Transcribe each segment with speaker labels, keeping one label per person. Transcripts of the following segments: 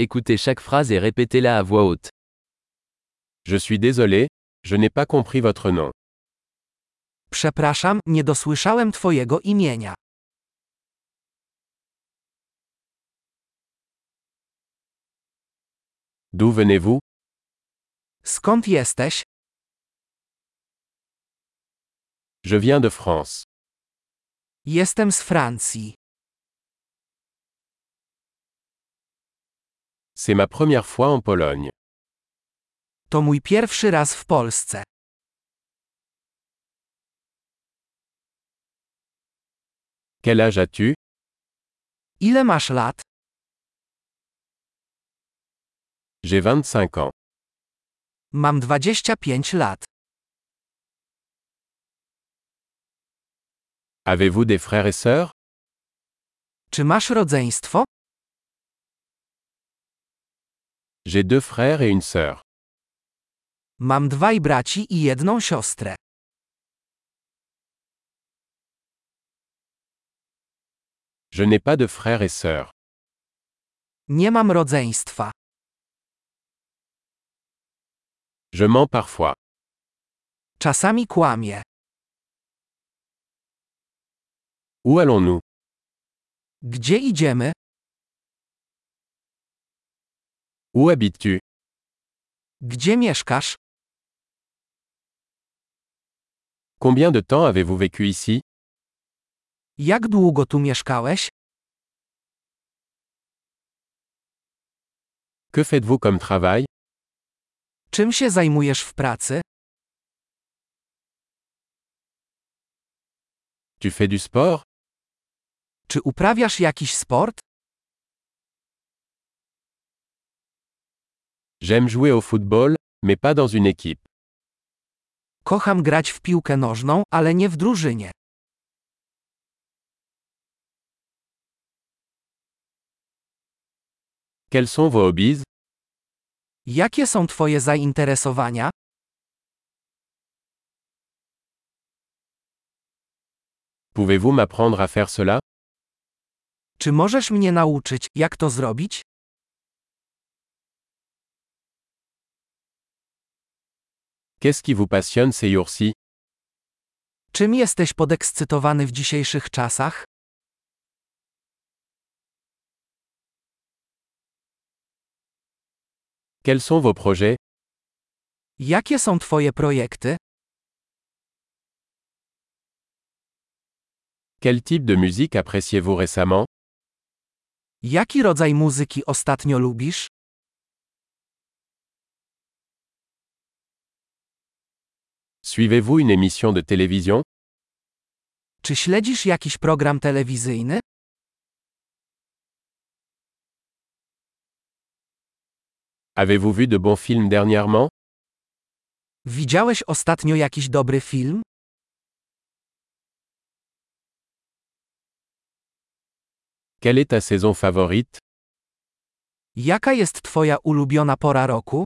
Speaker 1: Écoutez chaque phrase et répétez-la à voix haute.
Speaker 2: Je suis désolé, je n'ai pas compris votre nom.
Speaker 3: Przepraszam, nie dosłyszałem Twojego imienia.
Speaker 2: D'où venez-vous
Speaker 3: Skąd jesteś?
Speaker 2: Je viens de France.
Speaker 3: Jestem z Francji.
Speaker 2: C'est ma première fois en Pologne.
Speaker 3: To mój pierwszy raz w Polsce.
Speaker 2: Quel âge as-tu
Speaker 3: Ile masz lat?
Speaker 2: J'ai 25 ans.
Speaker 3: Mam 25 lat.
Speaker 2: Avez-vous des frères et sœurs
Speaker 3: Czy masz rodzeństwo?
Speaker 2: J'ai deux frères et une sœur.
Speaker 3: Mam dwaj braci i jedną siostrę.
Speaker 2: Je n'ai pas de frères et sœurs.
Speaker 3: Nie mam rodzeństwa.
Speaker 2: Je mens parfois.
Speaker 3: Czasami kłamię.
Speaker 2: Où allons-nous
Speaker 3: Gdzie idziemy?
Speaker 2: Où habites-tu
Speaker 3: Gdzie mieszkasz?
Speaker 2: Combien de temps avez-vous vécu ici
Speaker 3: Jak długo tu mieszkałeś?
Speaker 2: Que faites-vous comme travail
Speaker 3: Czym się zajmujesz w pracy?
Speaker 2: Tu fais du sport
Speaker 3: Czy uprawiasz jakiś sport?
Speaker 2: J'aime jouer au football, mais pas dans une équipe.
Speaker 3: Kocham grać w piłkę nożną, ale nie w drużynie.
Speaker 2: Quels sont vos hobbies
Speaker 3: Jakie są Twoje zainteresowania?
Speaker 2: Pouvez-vous m'apprendre à faire cela
Speaker 3: Czy możesz mnie nauczyć, jak to zrobić?
Speaker 2: Qu'est-ce qui vous passionne ces jours-ci
Speaker 3: Czym jesteś podekscytowany w dzisiejszych czasach?
Speaker 2: Quels sont vos projets
Speaker 3: Jakie są Twoje projekty?
Speaker 2: Quel type de musique appréciez-vous récemment
Speaker 3: Jaki rodzaj muzyki ostatnio lubisz?
Speaker 2: Suivez-vous une émission de télévision
Speaker 3: Czy śledzisz jakiś program telewizyjny?
Speaker 2: Avez-vous vu de bons films dernièrement
Speaker 3: Widziałeś ostatnio jakiś dobry film?
Speaker 2: Quelle est ta saison favorite
Speaker 3: Jaka jest Twoja ulubiona pora roku?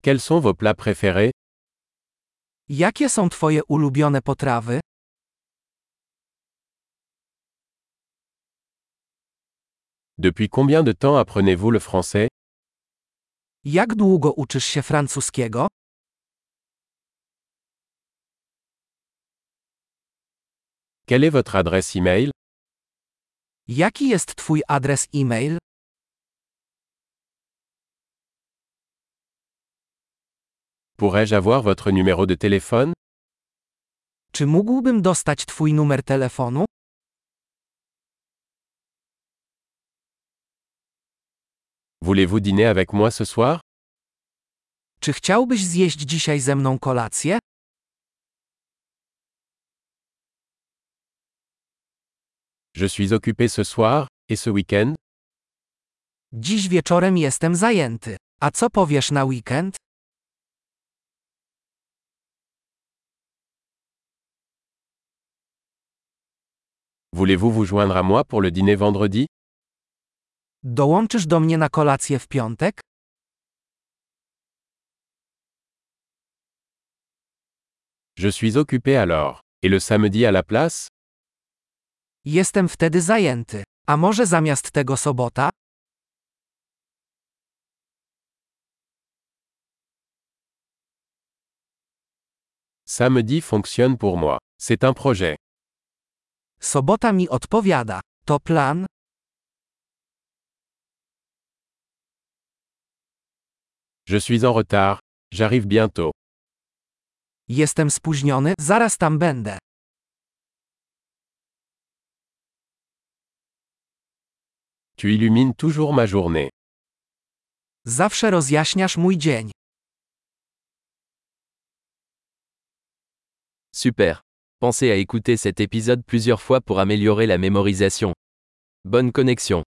Speaker 2: Quels sont vos plats préférés
Speaker 3: Jakie są Twoje ulubione potrawy?
Speaker 2: Depuis combien de temps apprenez-vous le français
Speaker 3: Jak długo uczysz się francuskiego?
Speaker 2: Quelle est votre adresse e-mail
Speaker 3: Jaki jest Twój adres e-mail?
Speaker 2: Pourrais-je avoir votre numéro de téléphone
Speaker 3: Czy mógłbym dostać Twój numer telefonu?
Speaker 2: Voulez-vous dîner avec moi ce soir
Speaker 3: Czy chciałbyś zjeść dzisiaj ze mną kolację?
Speaker 2: Je suis occupé ce soir et ce week-end.
Speaker 3: Dziś wieczorem jestem zajęty. A co powiesz na weekend?
Speaker 2: Voulez-vous vous joindre à moi pour le dîner vendredi
Speaker 3: Dołączysz do mnie na kolację w piątek?
Speaker 2: Je suis occupé alors. Et le samedi à la place
Speaker 3: Jestem wtedy zajęty. A może zamiast tego sobota?
Speaker 2: Samedi fonctionne pour moi. C'est un projet.
Speaker 3: Sobota mi odpowiada. To plan?
Speaker 2: Je suis en retard. J'arrive bientôt.
Speaker 3: Jestem spóźniony, zaraz tam będę.
Speaker 2: Tu illumines toujours ma journée.
Speaker 3: Zawsze rozjaśniasz mój dzień.
Speaker 1: Super. Pensez à écouter cet épisode plusieurs fois pour améliorer la mémorisation. Bonne connexion.